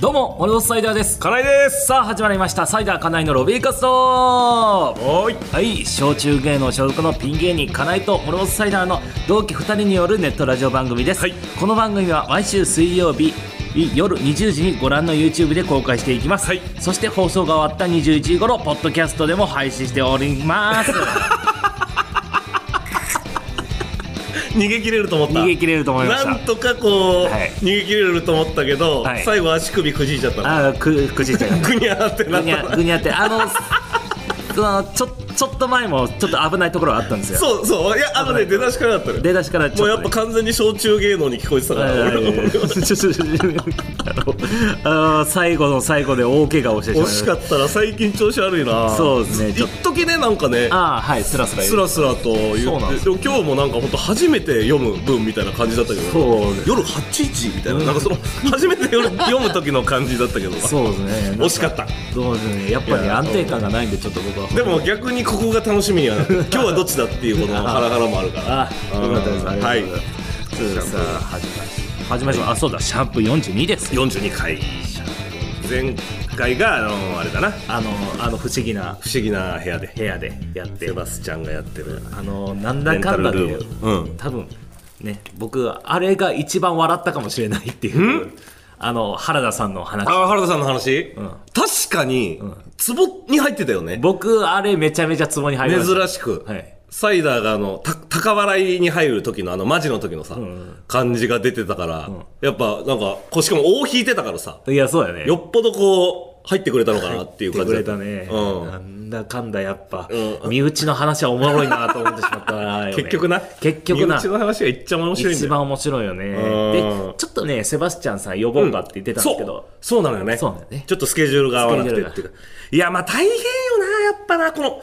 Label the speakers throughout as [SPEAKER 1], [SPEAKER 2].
[SPEAKER 1] どうもモルモスサイダーです
[SPEAKER 2] 金井です
[SPEAKER 1] さあ始まりましたサイダー金井のロビー活動
[SPEAKER 2] おーい
[SPEAKER 1] はい小中芸能所属のピン芸人金井とモルモスサイダーの同期2人によるネットラジオ番組です、
[SPEAKER 2] はい
[SPEAKER 1] この番組は毎週水曜日夜20時にご覧の YouTube で公開していきます、
[SPEAKER 2] はい
[SPEAKER 1] そして放送が終わった21時頃ポッドキャストでも配信しております
[SPEAKER 2] 逃げ切れると思った
[SPEAKER 1] 逃げ切れると思いました
[SPEAKER 2] なんとかこう、
[SPEAKER 1] はい
[SPEAKER 2] 逃げ切れると思ったけど、
[SPEAKER 1] はい
[SPEAKER 2] 最後足首くじいちゃったの
[SPEAKER 1] ああくくじいちゃいました
[SPEAKER 2] ぐにゃーって
[SPEAKER 1] ぐ
[SPEAKER 2] なっ
[SPEAKER 1] に
[SPEAKER 2] た
[SPEAKER 1] ゃ
[SPEAKER 2] の
[SPEAKER 1] ぐにゃってあのそのちょちょっと前もちょっと危ないところはあったんですよ
[SPEAKER 2] そうそういやあのね出だしからだったね
[SPEAKER 1] 出だしからち
[SPEAKER 2] も
[SPEAKER 1] ょっ
[SPEAKER 2] うや
[SPEAKER 1] と
[SPEAKER 2] っ
[SPEAKER 1] ね、
[SPEAKER 2] ぱ完全に小中芸能に聞こえてたから、
[SPEAKER 1] はいはい
[SPEAKER 2] 俺
[SPEAKER 1] はい
[SPEAKER 2] の
[SPEAKER 1] ちょちょちょちょあの最後の最後で大怪我をしてしまい
[SPEAKER 2] 惜
[SPEAKER 1] ま
[SPEAKER 2] し
[SPEAKER 1] し
[SPEAKER 2] か
[SPEAKER 1] た
[SPEAKER 2] ったら最近調子悪いな
[SPEAKER 1] そうですねち
[SPEAKER 2] 一
[SPEAKER 1] ょっと
[SPEAKER 2] 時ねなんかね
[SPEAKER 1] ああはいスラスラ
[SPEAKER 2] スラスラと言ってで
[SPEAKER 1] そう
[SPEAKER 2] も
[SPEAKER 1] なんです
[SPEAKER 2] 今日もなんか本当初めて読む文みたいな感じだったけど
[SPEAKER 1] そうです
[SPEAKER 2] 夜8時みたいな,、なんかその初めて夜読む時の感じだったけど
[SPEAKER 1] そうですねなん
[SPEAKER 2] 惜しかった
[SPEAKER 1] そうですねやっぱり、
[SPEAKER 2] いや
[SPEAKER 1] 安定感がないんでちょっと僕は
[SPEAKER 2] でも逆にここが楽しみにはな って今日はどっちだっていうこのハラハラもあるから
[SPEAKER 1] ああよかったですありがとうございますそれではさあ始めましょう始めましょうあそうだシャンプー42ですよ
[SPEAKER 2] 42回前回があのあれだな
[SPEAKER 1] あのあの不思議な
[SPEAKER 2] 不思議な部屋で
[SPEAKER 1] 部屋でやって
[SPEAKER 2] セバスチャンがやってる
[SPEAKER 1] あのなん
[SPEAKER 2] レ
[SPEAKER 1] だ
[SPEAKER 2] ンタ
[SPEAKER 1] かん
[SPEAKER 2] ル
[SPEAKER 1] だで、
[SPEAKER 2] ルームうん
[SPEAKER 1] 多分ね僕あれが一番笑ったかもしれないっていうあの原田さんの話
[SPEAKER 2] あ原田さんの話、
[SPEAKER 1] ん
[SPEAKER 2] 確かに、壺に入ってたよね
[SPEAKER 1] 僕あれめちゃめちゃツボに入りました
[SPEAKER 2] 珍しく、
[SPEAKER 1] はい
[SPEAKER 2] サイダーがあのた高笑いに入る時のあのマジの時のさ、感じが出てたから、やっぱなんかこうしかも大引いてたからさ
[SPEAKER 1] いやそうだね
[SPEAKER 2] よっぽどこう入ってくれたのかなっていう
[SPEAKER 1] 言ってく
[SPEAKER 2] 感じだ
[SPEAKER 1] れ
[SPEAKER 2] った
[SPEAKER 1] たね、
[SPEAKER 2] うん
[SPEAKER 1] なんだかんだやっぱ、
[SPEAKER 2] う
[SPEAKER 1] 身内の話はおもろいなと思ってしまった よ、ね、
[SPEAKER 2] 結局な
[SPEAKER 1] 結局な
[SPEAKER 2] 身内の話がいっちゃ面白いんだ
[SPEAKER 1] 一
[SPEAKER 2] よ
[SPEAKER 1] 番面白いよね
[SPEAKER 2] うん
[SPEAKER 1] でちょっとねセバスチャンさん呼ぼうかって言ってたんですけど、
[SPEAKER 2] そうそうなのよね
[SPEAKER 1] そうなのよね
[SPEAKER 2] ちょっとスケジュールが合わなくてっていうかいやまあ大変よなやっぱなこの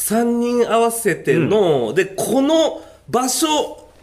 [SPEAKER 2] 3人合わせての、でこの場所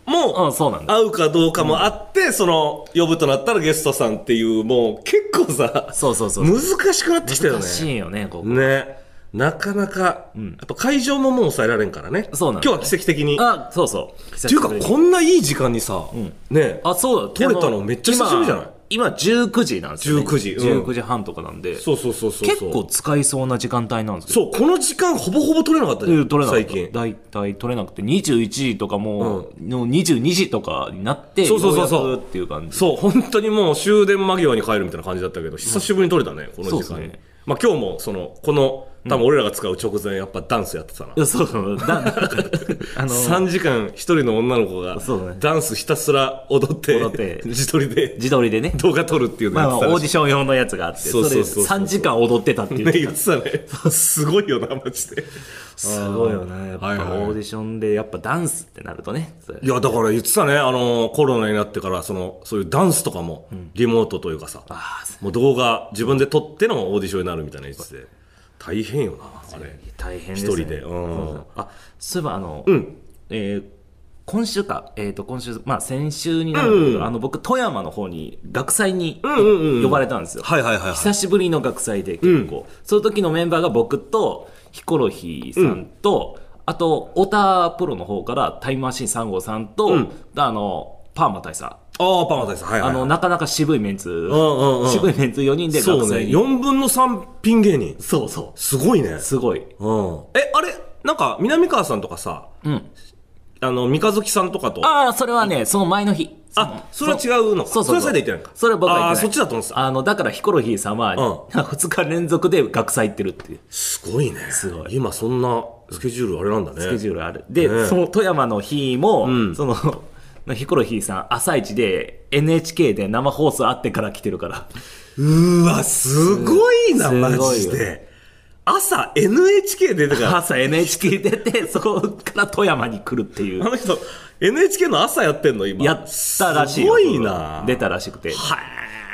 [SPEAKER 1] うん
[SPEAKER 2] も
[SPEAKER 1] そうなんだ
[SPEAKER 2] 合うかどうかもあって、その呼ぶとなったらゲストさんっていうもう結構さ
[SPEAKER 1] そうそうそう
[SPEAKER 2] 難しくなってきたよ
[SPEAKER 1] 難
[SPEAKER 2] ね
[SPEAKER 1] しいよねここ
[SPEAKER 2] ねなかなか、やっぱ会場ももう抑えられんからね
[SPEAKER 1] そうなんだ
[SPEAKER 2] 今日は奇跡的に
[SPEAKER 1] あそうそう
[SPEAKER 2] っていうかこんないい時間にさ、ね
[SPEAKER 1] あそうだ
[SPEAKER 2] 撮れたのめっちゃ久しぶりじゃない
[SPEAKER 1] 今今19時なんですよ、ね、
[SPEAKER 2] 19時うん
[SPEAKER 1] 19時半とかなんで
[SPEAKER 2] そうそうそうそう
[SPEAKER 1] 結構使いそうな時間帯なんですけど
[SPEAKER 2] そうこの時間ほぼほぼ取れなかったじゃん、
[SPEAKER 1] うん取れなかっ
[SPEAKER 2] 最
[SPEAKER 1] た
[SPEAKER 2] 近
[SPEAKER 1] 大体取れなくて21時とかもう、の22時とかになって
[SPEAKER 2] そうそうそうそう
[SPEAKER 1] よやくっていう感じ
[SPEAKER 2] そう本当にもう終電間際に帰るみたいな感じだったけど久しぶりに取れたね、この時
[SPEAKER 1] そう
[SPEAKER 2] 間
[SPEAKER 1] で
[SPEAKER 2] に、
[SPEAKER 1] すね
[SPEAKER 2] まあ今日もそのこの多分俺らが使う直前やっぱダンスやってたな、
[SPEAKER 1] いやそうそうだあの
[SPEAKER 2] 3時間一人の女の子が
[SPEAKER 1] そうだね
[SPEAKER 2] ダンスひたすら踊って
[SPEAKER 1] 踊って
[SPEAKER 2] 自撮りで
[SPEAKER 1] 自撮りで ね、
[SPEAKER 2] 動画撮るっていうの
[SPEAKER 1] まあ、まあ
[SPEAKER 2] やっ
[SPEAKER 1] オ
[SPEAKER 2] て
[SPEAKER 1] ーディ
[SPEAKER 2] たらしい
[SPEAKER 1] ション用のやつがあって
[SPEAKER 2] そうそうそうそう
[SPEAKER 1] れで3時間踊ってたっていう
[SPEAKER 2] ね言ってたねすごいよなマ ジです
[SPEAKER 1] ごいよねやっぱ
[SPEAKER 2] はいはい
[SPEAKER 1] オーディションでやっぱダンスってなるとねそれ
[SPEAKER 2] いや、だから言ってたね、あの、コロナになってから、その、そういうダンスとかも、リモートというかさ、
[SPEAKER 1] あー
[SPEAKER 2] もう動画、自分で撮ってのオーディションになるみたいなやつで、大変よな、あれ。
[SPEAKER 1] 大変で
[SPEAKER 2] 一
[SPEAKER 1] すね
[SPEAKER 2] 人で。うん。
[SPEAKER 1] あそういえばあの、
[SPEAKER 2] うん
[SPEAKER 1] えー今週か、えー、と今週、まあ、先週になるんだけど、
[SPEAKER 2] うん
[SPEAKER 1] あの僕富山の方に学祭に、
[SPEAKER 2] んうんうん
[SPEAKER 1] 呼ばれたんですよ、
[SPEAKER 2] はいはいはいはい。
[SPEAKER 1] 久しぶりの学祭で結構、その時のメンバーが僕とヒコロヒーさんと、あと太田プロの方からタイムマシーン3号さんと、
[SPEAKER 2] うん
[SPEAKER 1] あのパーマ大佐、
[SPEAKER 2] ああ、パーマ大佐、はいはい。
[SPEAKER 1] あのなかなか渋いメンツ、
[SPEAKER 2] んうん
[SPEAKER 1] 渋いメンツ4人で
[SPEAKER 2] そ
[SPEAKER 1] 学
[SPEAKER 2] うね、
[SPEAKER 1] 祭に
[SPEAKER 2] 4分の3ピン芸人。
[SPEAKER 1] そうそう
[SPEAKER 2] すごいね。
[SPEAKER 1] すごい、
[SPEAKER 2] うん。え、あれ、なんか、南川さんとかさ、
[SPEAKER 1] うん、
[SPEAKER 2] あの、三日月さんとかと、
[SPEAKER 1] ああそれはねその前の日
[SPEAKER 2] あそれは違うのか
[SPEAKER 1] そうそう
[SPEAKER 2] それはそれで言ってないのか
[SPEAKER 1] それは僕は言ってない
[SPEAKER 2] あーそっちだと思ってた
[SPEAKER 1] あのだからヒコロヒーさんは、
[SPEAKER 2] う
[SPEAKER 1] 2日連続で学祭行ってるっていう
[SPEAKER 2] すごいね。
[SPEAKER 1] すごい
[SPEAKER 2] 今、そんなスケジュールあれなんだね。
[SPEAKER 1] スケジュールあるで、
[SPEAKER 2] ね
[SPEAKER 1] その富山の日も、
[SPEAKER 2] ん
[SPEAKER 1] その ヒコロヒーさん朝一で NHK で生放送あってから来てるから
[SPEAKER 2] うわ、すごい
[SPEAKER 1] す
[SPEAKER 2] な、
[SPEAKER 1] ごい
[SPEAKER 2] マ
[SPEAKER 1] よ
[SPEAKER 2] ジで。朝 NHK 出てから、
[SPEAKER 1] 朝 NHK 出て そこから富山に来るってい
[SPEAKER 2] あ
[SPEAKER 1] う
[SPEAKER 2] の人、NHK の朝やってんの、今。
[SPEAKER 1] やったらしい
[SPEAKER 2] す
[SPEAKER 1] よ
[SPEAKER 2] ごいな。
[SPEAKER 1] 出たらしくて
[SPEAKER 2] はい。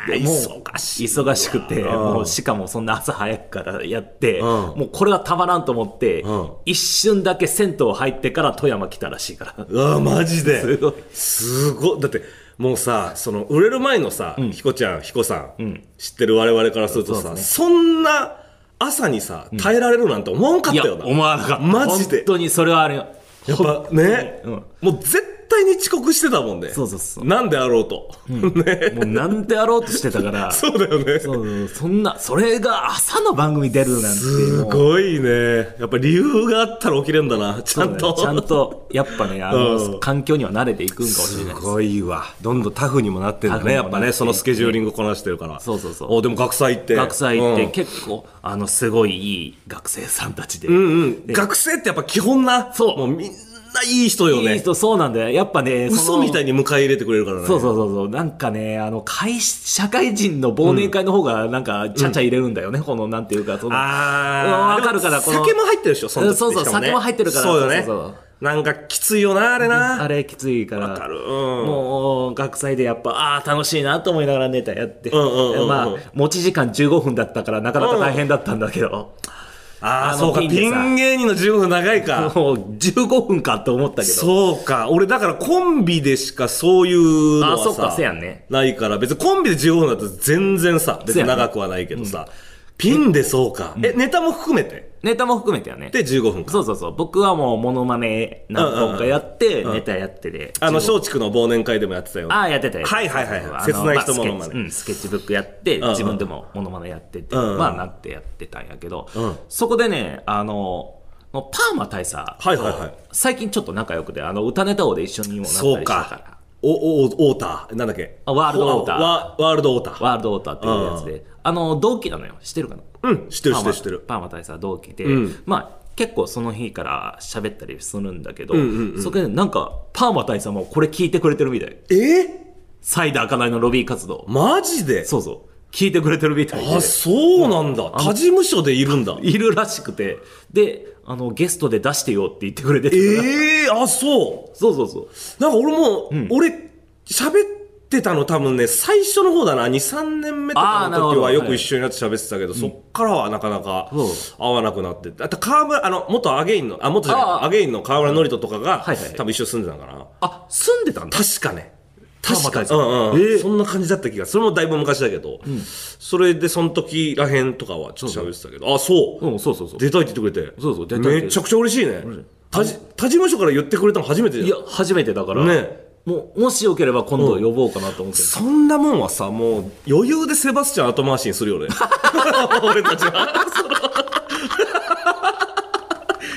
[SPEAKER 1] でもう
[SPEAKER 2] 忙しい。
[SPEAKER 1] 忙しくて
[SPEAKER 2] うん
[SPEAKER 1] もうしかもそんな朝早くからやって、
[SPEAKER 2] ん
[SPEAKER 1] もうこれはたまらんと思って、
[SPEAKER 2] うん
[SPEAKER 1] 一瞬だけ銭湯入ってから富山来たらしいから
[SPEAKER 2] うわ、マジで。
[SPEAKER 1] すごい。
[SPEAKER 2] すごい。だって、もうさ、その、売れる前のさ、ヒコちゃん、ヒコさん、知ってる我々からすると
[SPEAKER 1] そう
[SPEAKER 2] さ、
[SPEAKER 1] ですね
[SPEAKER 2] そんな朝にさ、耐えられるなんて思わんかっ
[SPEAKER 1] いや
[SPEAKER 2] たよな。
[SPEAKER 1] 思わなかった
[SPEAKER 2] マジで
[SPEAKER 1] 本。当にそれはあれよ
[SPEAKER 2] やっぱね、
[SPEAKER 1] うん
[SPEAKER 2] もう絶対に遅刻してたもんね。
[SPEAKER 1] そうそうそう
[SPEAKER 2] なんであろうと。
[SPEAKER 1] もうなんであろうとしてたからそ
[SPEAKER 2] そうだよね。
[SPEAKER 1] うそうそんなそれが朝の番組出るなんて
[SPEAKER 2] す
[SPEAKER 1] もう
[SPEAKER 2] ごいね。やっぱ理由があったら起きれんだな。ちゃんと。
[SPEAKER 1] ちゃんとやっぱねあの、
[SPEAKER 2] うん
[SPEAKER 1] 環境には慣れていくんかもしれない
[SPEAKER 2] すごいわ。どんどんタフにもなってんだ
[SPEAKER 1] タフ
[SPEAKER 2] ね。
[SPEAKER 1] に
[SPEAKER 2] や
[SPEAKER 1] もな
[SPEAKER 2] っ
[SPEAKER 1] って
[SPEAKER 2] ぱね、そのスケジューリングこなしてるから。
[SPEAKER 1] そうそうそう
[SPEAKER 2] おでも学祭行って。
[SPEAKER 1] 学祭って
[SPEAKER 2] うん
[SPEAKER 1] 結構、あのすごいいい学生さんたちで、
[SPEAKER 2] うんうん学生ってやっぱ基本な。
[SPEAKER 1] そう
[SPEAKER 2] もうみんないい人よ
[SPEAKER 1] いい
[SPEAKER 2] ね。
[SPEAKER 1] 人そうなんだよやっぱね
[SPEAKER 2] 嘘みた
[SPEAKER 1] い
[SPEAKER 2] いに迎え入れてくれるからね。
[SPEAKER 1] そうそうそうそうなんかねあの会社会人の忘年会の方がなんかちゃちゃ入れるんだよね、このなんていうかその
[SPEAKER 2] あー。
[SPEAKER 1] うんわかるから
[SPEAKER 2] でも
[SPEAKER 1] この
[SPEAKER 2] 酒も入ってるでしょ、その時って
[SPEAKER 1] そうそう
[SPEAKER 2] しかね
[SPEAKER 1] 酒も入ってるから
[SPEAKER 2] そうよ
[SPEAKER 1] そ
[SPEAKER 2] ね
[SPEAKER 1] うそう。
[SPEAKER 2] なんかきついよな、あれな。
[SPEAKER 1] あれきついから
[SPEAKER 2] わかるうん
[SPEAKER 1] もう学祭でやっぱああー楽しいなと思いながらネタやって、
[SPEAKER 2] うんうんうんうん
[SPEAKER 1] まあ持ち時間15分だったからなかなか大変だったんだけど、
[SPEAKER 2] あ
[SPEAKER 1] あ
[SPEAKER 2] あ、
[SPEAKER 1] の
[SPEAKER 2] そうか。
[SPEAKER 1] ピンでさ
[SPEAKER 2] ピン芸人の15分長いか。
[SPEAKER 1] もう15分かと思ったけど
[SPEAKER 2] そうか。俺だからコンビでしかそういうのはさ
[SPEAKER 1] あそっかせやんね
[SPEAKER 2] ないから、別にコンビで15分だと全然さ、別
[SPEAKER 1] せ
[SPEAKER 2] に
[SPEAKER 1] やんね
[SPEAKER 2] 長くはないけどさ、ピンでそうか。え、ネタも含めて
[SPEAKER 1] ネタも含めてやね
[SPEAKER 2] で15分か。
[SPEAKER 1] そうそうそう僕はもうモノマネ何本かやって、ネタやってで
[SPEAKER 2] あの、松竹の忘年会でもやってたよ。
[SPEAKER 1] ああやってたよ
[SPEAKER 2] はいはいはいはい
[SPEAKER 1] あの
[SPEAKER 2] 切な
[SPEAKER 1] ま
[SPEAKER 2] い人
[SPEAKER 1] あスケッチ
[SPEAKER 2] モノマネ
[SPEAKER 1] うんスケッチブックやって
[SPEAKER 2] ん
[SPEAKER 1] 自分でもモノマネやってて
[SPEAKER 2] うん
[SPEAKER 1] まあなってやってたんやけど
[SPEAKER 2] ん
[SPEAKER 1] そこでねあのパーマ大佐
[SPEAKER 2] はいはいはい
[SPEAKER 1] 最近ちょっと仲良くてあの歌ネタ王で一緒にもなったりし
[SPEAKER 2] そ
[SPEAKER 1] た
[SPEAKER 2] う
[SPEAKER 1] から
[SPEAKER 2] か。お、お、お、オーター。なんだっけ
[SPEAKER 1] あワールドオーター
[SPEAKER 2] ほワワールドオーター。
[SPEAKER 1] ワールドウォーターっていうやつであの同期なのよ知ってるかな
[SPEAKER 2] うん、知ってる
[SPEAKER 1] パー
[SPEAKER 2] 知って
[SPEAKER 1] マ
[SPEAKER 2] る知ってる。
[SPEAKER 1] パーマ大佐同期で、
[SPEAKER 2] うん
[SPEAKER 1] まあ結構その日から喋ったりするんだけど、
[SPEAKER 2] んうんうん
[SPEAKER 1] そこでなんかパーマ大佐もこれ聞いてくれてるみたい
[SPEAKER 2] えー
[SPEAKER 1] サイダーかなのロビー活動
[SPEAKER 2] マジで
[SPEAKER 1] そうそう聞いてくれてるみたいで
[SPEAKER 2] あ、そうなんだ。他事務所でいるんだ。
[SPEAKER 1] いるらしくてであのゲストで出してよって言ってくれてたから
[SPEAKER 2] ええあ、そう。
[SPEAKER 1] そうそうそう
[SPEAKER 2] なんか俺も、俺、喋ってたの多分ね、最初の方だな、2、3年目と
[SPEAKER 1] あー
[SPEAKER 2] か
[SPEAKER 1] なる
[SPEAKER 2] の
[SPEAKER 1] ほ
[SPEAKER 2] 時
[SPEAKER 1] どは
[SPEAKER 2] はいよく一緒になって喋ってたけど、そっからはなかなか
[SPEAKER 1] そう
[SPEAKER 2] 会わなくなって、あと川村、あの、元アゲインの、あ、元じゃない
[SPEAKER 1] あー
[SPEAKER 2] アゲインの川村のりととかが、
[SPEAKER 1] はいはい
[SPEAKER 2] 多分一緒に住んでたのかな。
[SPEAKER 1] あ住んでたんだ
[SPEAKER 2] 確かね。
[SPEAKER 1] 川
[SPEAKER 2] 確
[SPEAKER 1] 村
[SPEAKER 2] か
[SPEAKER 1] 大佐
[SPEAKER 2] に。うんうん、
[SPEAKER 1] えー
[SPEAKER 2] そんな感じだった気がそれもだいぶ昔だけど、それでその時らへんとかはちょっと喋ってたけど、あ、そう。
[SPEAKER 1] うんそうそうそう
[SPEAKER 2] 出たいって言ってくれて。
[SPEAKER 1] そうそう出たいって言って
[SPEAKER 2] めちゃくちゃ嬉しいね。他事他事務所から言ってくれたの初めてじゃん
[SPEAKER 1] いや初めてだから、
[SPEAKER 2] ね
[SPEAKER 1] もうもしよければ今度呼ぼうかなと思ってる、
[SPEAKER 2] そんなもんはさ、もう余裕でセバスチャン後回しにするよね。 俺たちは。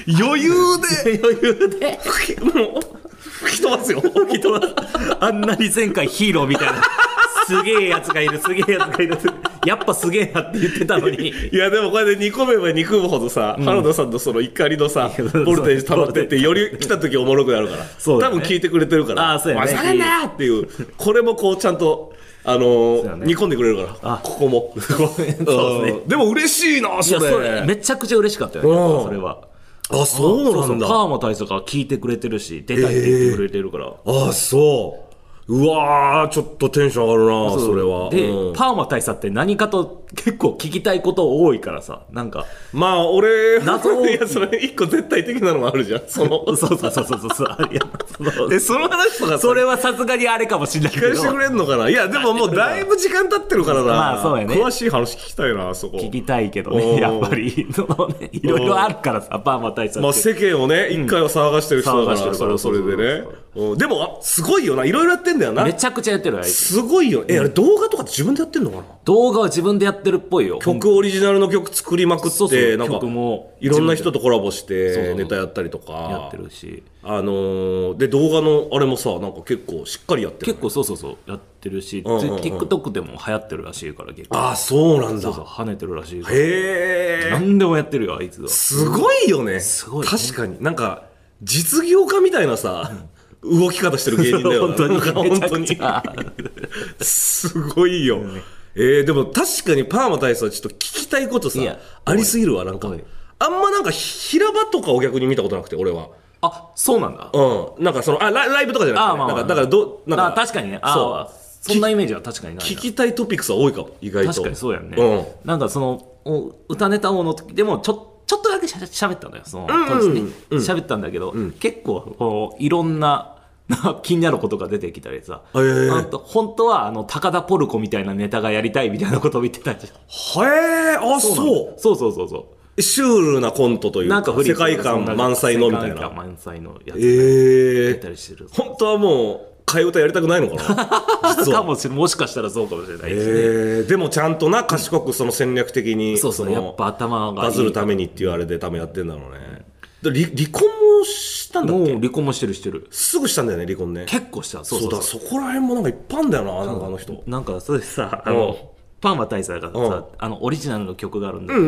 [SPEAKER 2] 余裕で、
[SPEAKER 1] 余裕で
[SPEAKER 2] 吹きもう、吹き飛ばすよ。吹き飛ばす。
[SPEAKER 1] あんなに前回ヒーローみたいなすげえやつがいるすげえやつがいるやっぱすげえなって言ってたの に
[SPEAKER 2] いや、でもこれで煮込めば煮込むほどさ、原田さんのその怒りのさ、
[SPEAKER 1] やそう
[SPEAKER 2] ボルテージ溜まってって、より来た時おもろくなるから。
[SPEAKER 1] そうだね
[SPEAKER 2] 多分聞いてくれてるから。
[SPEAKER 1] あーそうやね
[SPEAKER 2] お前下がんなーっていう、これもこうちゃんと、あのー
[SPEAKER 1] そうやね
[SPEAKER 2] 煮込んでくれるから。
[SPEAKER 1] あ
[SPEAKER 2] ここも。
[SPEAKER 1] そうですね
[SPEAKER 2] んでも嬉しいな、
[SPEAKER 1] いや
[SPEAKER 2] そ
[SPEAKER 1] そ
[SPEAKER 2] れ
[SPEAKER 1] れ。めちゃくちゃ嬉しかったよねやっ
[SPEAKER 2] う
[SPEAKER 1] ぱ
[SPEAKER 2] ん
[SPEAKER 1] それは
[SPEAKER 2] あ、そうなんだ。
[SPEAKER 1] パーマ大佐が聞いてくれてるし出たいって言ってくれてるから、
[SPEAKER 2] あ、そう。うわー、ちょっとテンション上がるな、それは。
[SPEAKER 1] で、
[SPEAKER 2] うん
[SPEAKER 1] パーマ大佐って何かと結構聞きたいこと多いからさなんか
[SPEAKER 2] まあ、俺、
[SPEAKER 1] 謎多い
[SPEAKER 2] いや、それ、一個絶対的なのもあるじゃん。そ の、
[SPEAKER 1] そうそうそうそうそうそういやそう
[SPEAKER 2] え、その話と か
[SPEAKER 1] それはさすがにあれかもしれないけ
[SPEAKER 2] 返してく
[SPEAKER 1] ど
[SPEAKER 2] れんのかないや、でももうだいぶ時間経ってるからな。
[SPEAKER 1] まあそうやね
[SPEAKER 2] 詳しい話聞きたいな、そこ。
[SPEAKER 1] 聞きたいけどね
[SPEAKER 2] おー
[SPEAKER 1] やっぱり そのねいろいろあるからさパーマ大佐
[SPEAKER 2] まあ
[SPEAKER 1] って
[SPEAKER 2] 世間をね、一回は騒がしてる人だから、
[SPEAKER 1] 騒がして
[SPEAKER 2] そ
[SPEAKER 1] るか
[SPEAKER 2] れ
[SPEAKER 1] ら
[SPEAKER 2] はそれでね
[SPEAKER 1] そうそう。
[SPEAKER 2] うんでも、あすごいよな。いろいろやってんだよな
[SPEAKER 1] め。ちゃくちゃやってるよあいつ
[SPEAKER 2] すごいよ。え、あれ動画とかって自分でやってんのかな
[SPEAKER 1] 動画は自分でやってるっぽいよ
[SPEAKER 2] 曲オリジナルの曲作りま
[SPEAKER 1] そう
[SPEAKER 2] くっ
[SPEAKER 1] そう
[SPEAKER 2] て、なんか
[SPEAKER 1] 曲も、
[SPEAKER 2] いろんな人とコラボし
[SPEAKER 1] そうそ
[SPEAKER 2] て、
[SPEAKER 1] う
[SPEAKER 2] ネタやったりとか。
[SPEAKER 1] やってるし
[SPEAKER 2] あのーで動画のあれもさなんか結構しっかりやってる、
[SPEAKER 1] 結
[SPEAKER 2] ね、
[SPEAKER 1] 構そうそうそうやってるし、で
[SPEAKER 2] うんうんうん
[SPEAKER 1] TikTok でも流行ってるらしいから結構
[SPEAKER 2] ああそうなんだ
[SPEAKER 1] そうそう跳ねてるらしいから
[SPEAKER 2] へえ
[SPEAKER 1] 何でもやってるよあいつは
[SPEAKER 2] すごいよね
[SPEAKER 1] すごい
[SPEAKER 2] 確かになんか実業家みたいなさ動き方してる芸人だよ な
[SPEAKER 1] 本当に
[SPEAKER 2] なんか本当
[SPEAKER 1] め
[SPEAKER 2] に
[SPEAKER 1] ちゃく
[SPEAKER 2] すごいよ、えー、でも確かにパーマ大佐ちょっと聞きたいことさ
[SPEAKER 1] いや
[SPEAKER 2] ありすぎるわなんか
[SPEAKER 1] はい
[SPEAKER 2] あんまなんか平場とかを逆に見たことなくて俺は
[SPEAKER 1] あそうなんだ
[SPEAKER 2] うんなんかそのあライライブとかじゃなくて、
[SPEAKER 1] あー
[SPEAKER 2] ね
[SPEAKER 1] まあまあ
[SPEAKER 2] なんかだからどなんか
[SPEAKER 1] あ確かにね
[SPEAKER 2] そう
[SPEAKER 1] あそんなイメージは確かにない
[SPEAKER 2] 聞
[SPEAKER 1] な
[SPEAKER 2] きたいトピックスは多いかも意外と
[SPEAKER 1] 確かにそうやんね、
[SPEAKER 2] うん
[SPEAKER 1] なんかそのお歌ネタ王の時でもちょちょっとだけしゃしゃべったのよその
[SPEAKER 2] ん
[SPEAKER 1] 当時ね
[SPEAKER 2] うん
[SPEAKER 1] 喋、ったんだけど、結構こういろんな な気になることが出てきたりさ、
[SPEAKER 2] へえ
[SPEAKER 1] あと本当はあの高田ポルコみたいなネタがやりたいみたいなことを言ってたじゃん
[SPEAKER 2] へえあそう
[SPEAKER 1] そうそうそうそう
[SPEAKER 2] シュールなコントという
[SPEAKER 1] なんかフリ
[SPEAKER 2] 世
[SPEAKER 1] ー
[SPEAKER 2] 界観満載のみたい
[SPEAKER 1] 世界観
[SPEAKER 2] な。
[SPEAKER 1] 満載のやつや
[SPEAKER 2] ええ
[SPEAKER 1] ったりしてる
[SPEAKER 2] 本当はもう、替え歌やりたくない のかな実
[SPEAKER 1] か
[SPEAKER 2] は。
[SPEAKER 1] もしれもしかしたらそうかもしれないですね、
[SPEAKER 2] えー、でもちゃんとな、賢くその戦略的に、
[SPEAKER 1] そうそう
[SPEAKER 2] の
[SPEAKER 1] やっぱ頭がいい
[SPEAKER 2] バズるためにっていうあれで多分やってんだろうね。で離離婚もしたんだ
[SPEAKER 1] も
[SPEAKER 2] っ
[SPEAKER 1] う
[SPEAKER 2] け
[SPEAKER 1] 離婚もしてるしてる
[SPEAKER 2] すぐしたんだよね、離婚ね。
[SPEAKER 1] 結構したそ
[SPEAKER 2] そうう
[SPEAKER 1] そうそ
[SPEAKER 2] だ
[SPEAKER 1] う
[SPEAKER 2] そこら辺もなんかいっぱいあんだよな、なんかあの人。
[SPEAKER 1] なんかそれさあ
[SPEAKER 2] うん
[SPEAKER 1] のパーマ大佐が
[SPEAKER 2] う
[SPEAKER 1] さ
[SPEAKER 2] ん
[SPEAKER 1] あのオリジナルの曲があるんだけど、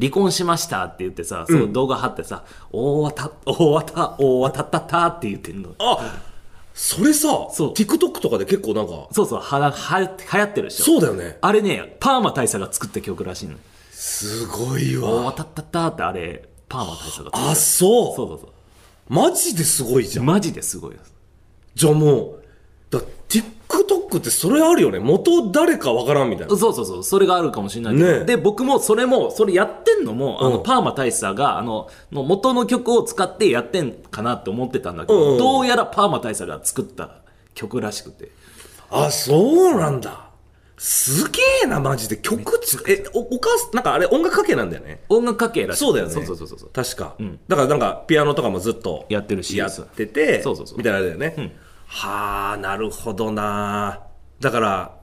[SPEAKER 1] 離婚しましたって言ってさその動画貼ってさ「大渡大渡大渡たた」って言ってんの
[SPEAKER 2] あそれさ、
[SPEAKER 1] そう
[SPEAKER 2] TikTok とかで結構なんか、
[SPEAKER 1] そうそうはらは流行ってるでしょ
[SPEAKER 2] そうだよね。
[SPEAKER 1] あれねパーマ大佐が作った曲らしいの
[SPEAKER 2] すご
[SPEAKER 1] 「
[SPEAKER 2] い
[SPEAKER 1] 大
[SPEAKER 2] わ。
[SPEAKER 1] 渡たた」ってあれパーマ大佐が作った
[SPEAKER 2] あ、そう。
[SPEAKER 1] そうそう
[SPEAKER 2] マジですごいじ
[SPEAKER 1] そ
[SPEAKER 2] ゃ。
[SPEAKER 1] うんマジですごいです
[SPEAKER 2] じゃあもう、だ TikTok ってそれあるよね。元誰かわからんみたいな。
[SPEAKER 1] そうそうそう、それがあるかもしれないけど、
[SPEAKER 2] ね
[SPEAKER 1] で、僕もそれも、それやってんのも、あの、
[SPEAKER 2] うん
[SPEAKER 1] パーマ大佐が、あの、の元の曲を使ってやってんかなって思ってたんだけど、
[SPEAKER 2] うんうん
[SPEAKER 1] どうやらパーマ大佐が作った曲らしくて。
[SPEAKER 2] あ、そうなんだ。すげえな、マジで。曲つ、え、お、お母さん、なんかあれ音楽家系なんだよね。
[SPEAKER 1] 音楽家系らしい。
[SPEAKER 2] そうだよね。
[SPEAKER 1] そうそうそうそう。
[SPEAKER 2] 確か。
[SPEAKER 1] ん
[SPEAKER 2] だからなんか、ピアノとかもずっと
[SPEAKER 1] やってるし
[SPEAKER 2] やってて、
[SPEAKER 1] そうそうそう
[SPEAKER 2] みたいなあれだよね。
[SPEAKER 1] ん
[SPEAKER 2] はあ、なるほどな。だから、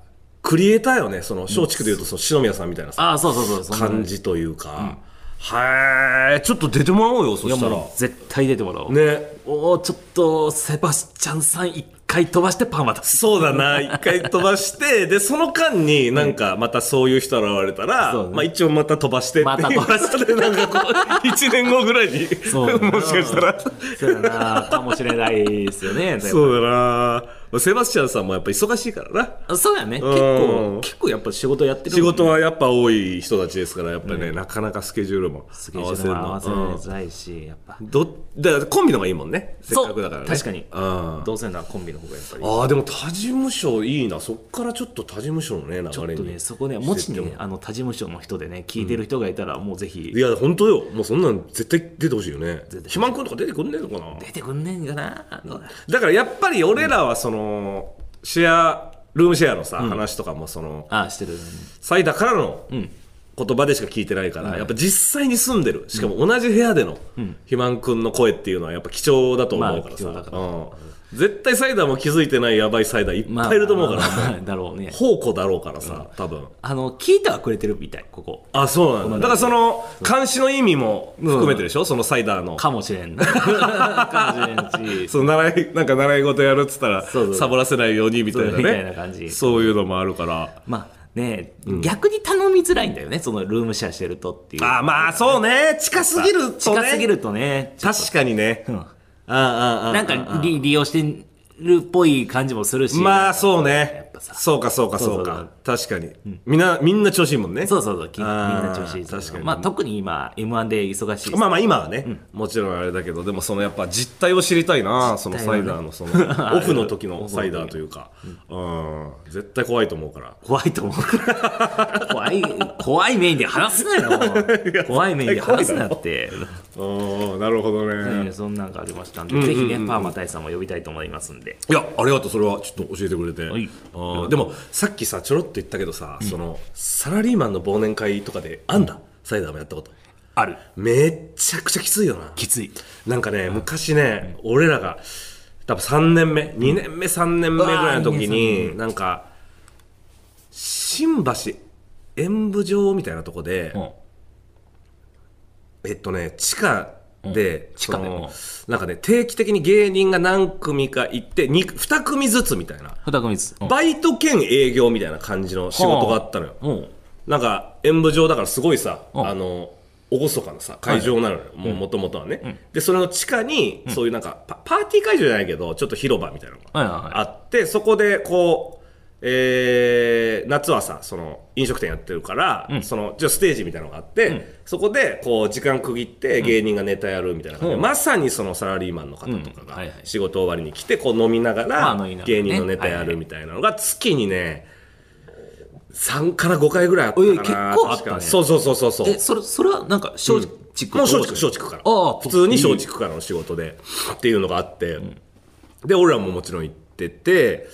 [SPEAKER 2] クリエイターよね。その、松竹でいうと、その、篠宮さんみたいなさ、
[SPEAKER 1] ああ、そうそうそう、そんな
[SPEAKER 2] 感じというか。はえ、ちょっと出てもらおうよ、そ
[SPEAKER 1] いや
[SPEAKER 2] した
[SPEAKER 1] もう、
[SPEAKER 2] ら。
[SPEAKER 1] 絶対出てもらおう。
[SPEAKER 2] ね。
[SPEAKER 1] おーちょっと、セバスチャンさん一回飛ばしてパーマ大佐。
[SPEAKER 2] そうだな、一回飛 ばして、で、その間になんかまたそういう人が現れたら、
[SPEAKER 1] そうね
[SPEAKER 2] まあ一応また飛ばしてってい
[SPEAKER 1] ま
[SPEAKER 2] う
[SPEAKER 1] た飛ばして
[SPEAKER 2] でなんかこう、1年後ぐらいに、
[SPEAKER 1] うだな
[SPEAKER 2] もしかしたら。
[SPEAKER 1] そうやな、かもしれないですよね。
[SPEAKER 2] そうだなまあセバスチャンさんもやっぱ忙しいからな。
[SPEAKER 1] そうやね。結
[SPEAKER 2] う
[SPEAKER 1] 構
[SPEAKER 2] ん、
[SPEAKER 1] 結構やっぱ仕事やってる
[SPEAKER 2] 仕
[SPEAKER 1] もんね
[SPEAKER 2] 事はやっぱ多い人たちですから、やっぱね、なかなかスケジュールも
[SPEAKER 1] スケ
[SPEAKER 2] 合
[SPEAKER 1] ジ
[SPEAKER 2] わ
[SPEAKER 1] ュー
[SPEAKER 2] せ
[SPEAKER 1] ル
[SPEAKER 2] る
[SPEAKER 1] も
[SPEAKER 2] の。
[SPEAKER 1] 合わせ
[SPEAKER 2] うん
[SPEAKER 1] づらいし、やっぱ。
[SPEAKER 2] どだからコンビの方がいいもんね。せっ
[SPEAKER 1] そう
[SPEAKER 2] かくだからね。
[SPEAKER 1] 確かに
[SPEAKER 2] うん
[SPEAKER 1] どうせならコンビの方がやっぱり。
[SPEAKER 2] ああ、でも他事務所いいな。そっからちょっと他事務所のね、流れに。
[SPEAKER 1] ちょっとね、そこね、もしね、あの、他事務所の人でね、聞いてる人がいたら、もうぜひ
[SPEAKER 2] い、や、本当よ。もうそんなん絶対出てほしいよね
[SPEAKER 1] 絶。対
[SPEAKER 2] 肥満くんとか出てくんねえのかな
[SPEAKER 1] 出てくんねえんかな。
[SPEAKER 2] だからやっぱり俺らはその、シェア、ルームシェアのさ、話とかもその、
[SPEAKER 1] ああ、してる。
[SPEAKER 2] サイダーからの言葉でしか聞いてないから、やっぱ実際に住んでる。しかも同じ部屋での肥満くんの声っていうのはやっぱ貴重だと思うからさ。
[SPEAKER 1] まあ貴重だから
[SPEAKER 2] うん絶対サイダーも気づいてないやばいサイダーいっぱいいると思うから、
[SPEAKER 1] まあまあまあ だろうね。
[SPEAKER 2] 宝庫だろうからさ、多分。
[SPEAKER 1] あの、聞いてはくれてるみたい、ここ。
[SPEAKER 2] あ、そうなんだ。だからその、監視の意味も含めてでしょ、そのサイダーの。
[SPEAKER 1] かもしれ んな。かもしれんし。
[SPEAKER 2] その習いなんか習い事やるっつったら
[SPEAKER 1] そうそう
[SPEAKER 2] サボらせないようにみたいな
[SPEAKER 1] そう
[SPEAKER 2] ね
[SPEAKER 1] みたいな感じ
[SPEAKER 2] そういうのもあるから
[SPEAKER 1] まあ、ね、逆に頼みづらいんだよね、そのルームシェアしてるとっていう。
[SPEAKER 2] あまあそうね近すぎるとね
[SPEAKER 1] 近すぎるとね、
[SPEAKER 2] 確かにね、
[SPEAKER 1] ん
[SPEAKER 2] ああああああ
[SPEAKER 1] なんか利利用してるっぽい感じもするし。
[SPEAKER 2] まあそう
[SPEAKER 1] や
[SPEAKER 2] ね
[SPEAKER 1] っぱさ
[SPEAKER 2] そうかそうかそう
[SPEAKER 1] そう
[SPEAKER 2] か確かに、みんなみんな調子いいもん ね
[SPEAKER 1] そうそうそう、きみん
[SPEAKER 2] あー
[SPEAKER 1] な調子いいです
[SPEAKER 2] 確かに
[SPEAKER 1] まあ特に今、M1 で忙しいです。
[SPEAKER 2] まあまあ今はね、もちろんあれだけどでもそのやっぱ実態を知りたいな、その
[SPEAKER 1] 態
[SPEAKER 2] サ
[SPEAKER 1] はね
[SPEAKER 2] イダーのそ のオフの時のサイダーというか、うん、絶対怖いと思うから
[SPEAKER 1] 怖いと思う から。怖い、怖いメインで話すなよ。怖いメインで話すなって。
[SPEAKER 2] うんなるほどね、
[SPEAKER 1] うんそんなんがありましたんで、ぜひね、パーマ大佐も呼びたいと思いますんで。
[SPEAKER 2] いや、ありがとう、それはちょっと教えてくれて。
[SPEAKER 1] はい
[SPEAKER 2] あーでも、さっきさ、ちょろっと言ったけどさ、その、サラリーマンの忘年会とかで、あんだ、サイダーもやったこと。
[SPEAKER 1] ある。
[SPEAKER 2] めっちゃくちゃきついよな。
[SPEAKER 1] きつい。
[SPEAKER 2] なんかね、昔ね、俺らが、多分3年目、2年目、3年目ぐらいの時に、なんか、新橋演舞場みたいなとこで、
[SPEAKER 1] うん
[SPEAKER 2] えっとね、地下で、
[SPEAKER 1] 地下で
[SPEAKER 2] その
[SPEAKER 1] うん
[SPEAKER 2] なんかね、定期的に芸人が何組か行って、2, 2組ずつみたいな。
[SPEAKER 1] 二組です。うん
[SPEAKER 2] バイト兼営業みたいな感じの仕事があったのよ。
[SPEAKER 1] うん
[SPEAKER 2] なんか演舞場だからすごいさ、
[SPEAKER 1] うん
[SPEAKER 2] あの、厳かなさ、会場なのよ。もう元々はね、で、それの地下に、そういうなんかパ、パーティー会場じゃないけど、ちょっと広場みたいなのが
[SPEAKER 1] はいはいは
[SPEAKER 2] あって、そこでこう、えー夏はさその飲食店やってるから、そのじゃあステージみたいなのがあって、そこでこう時間区切って芸人がネタやるみたいな感じで、
[SPEAKER 1] うん
[SPEAKER 2] まさにそのサラリーマンの方とか
[SPEAKER 1] うんはい
[SPEAKER 2] が
[SPEAKER 1] はい
[SPEAKER 2] 仕事終わりに来てこう飲みながら
[SPEAKER 1] まあ飲みながらね
[SPEAKER 2] 芸人のネタやるみたいなのが月にね3から5回ぐらいあったか
[SPEAKER 1] お
[SPEAKER 2] ない
[SPEAKER 1] 結構あったね
[SPEAKER 2] 確かそうそうそうそうそう
[SPEAKER 1] い。え、それ、それはなんか、松竹
[SPEAKER 2] もう松竹松竹から
[SPEAKER 1] ああ
[SPEAKER 2] 普通に松竹からの仕事でっていうのがあって、で俺らももちろん行ってて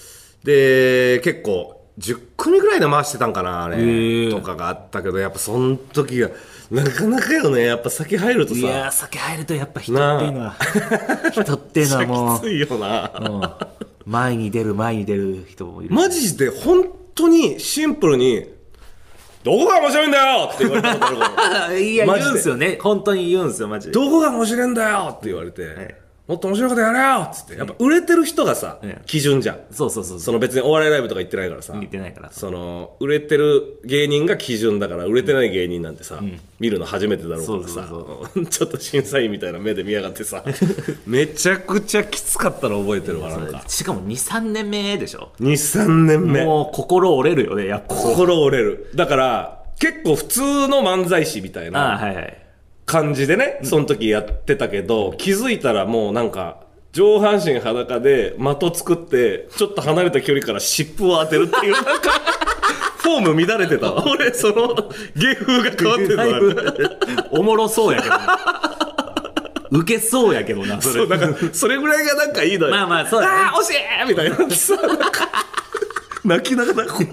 [SPEAKER 2] で結構10組ぐらいで回してたんかなあれ、
[SPEAKER 1] へえ
[SPEAKER 2] とかがあったけどやっぱその時がなかなかよねやっぱ先入るとさ
[SPEAKER 1] いやー酒入るとやっぱ人っていうのは人っていうのはも
[SPEAKER 2] き
[SPEAKER 1] う
[SPEAKER 2] ついよな、
[SPEAKER 1] うん前に出る前に出る人もいる
[SPEAKER 2] マジで本当にシンプルに「どこが面白いんだよ!」って言われたことあるから
[SPEAKER 1] いや
[SPEAKER 2] マジで
[SPEAKER 1] 言うんすよね本当に言うんすよマジ
[SPEAKER 2] 「
[SPEAKER 1] で
[SPEAKER 2] どこが面白いんだよ!」って言われて、
[SPEAKER 1] い
[SPEAKER 2] もっと面白いことやれよ!」っつってやっぱ売れてる人がさ、
[SPEAKER 1] うん
[SPEAKER 2] 基準じゃん
[SPEAKER 1] そうそうそう
[SPEAKER 2] そ
[SPEAKER 1] そう
[SPEAKER 2] の別にお笑いライブとか行ってないからさ
[SPEAKER 1] 言ってないから
[SPEAKER 2] その売れてる芸人が基準だから売れてない芸人なんてさ、見るの初めてだろうからさ
[SPEAKER 1] そう
[SPEAKER 2] ちょっと審査員みたいな目で見やがっ てさめちゃくちゃきつかったの覚えてるわなんか
[SPEAKER 1] しかも23年目でしょ
[SPEAKER 2] 23年目
[SPEAKER 1] もう心折れるよねやっぱ
[SPEAKER 2] 心折れるだから結構普通の漫才師みたい
[SPEAKER 1] あ
[SPEAKER 2] な
[SPEAKER 1] あはいはい
[SPEAKER 2] 感じでねその時やってたけど、気づいたらもうなんか上半身裸で的作ってちょっと離れた距離から湿布を当てるっていう なんかフォーム乱れてた 俺その芸風が変わ ってた
[SPEAKER 1] だいぶおもろそうやけどな受けそうやけどなそ
[SPEAKER 2] そ
[SPEAKER 1] れ
[SPEAKER 2] うなんかそれぐらいがなんかいいのよ
[SPEAKER 1] まあまあそうだね
[SPEAKER 2] ああ惜しいみたいなさなんか 泣きな がらこう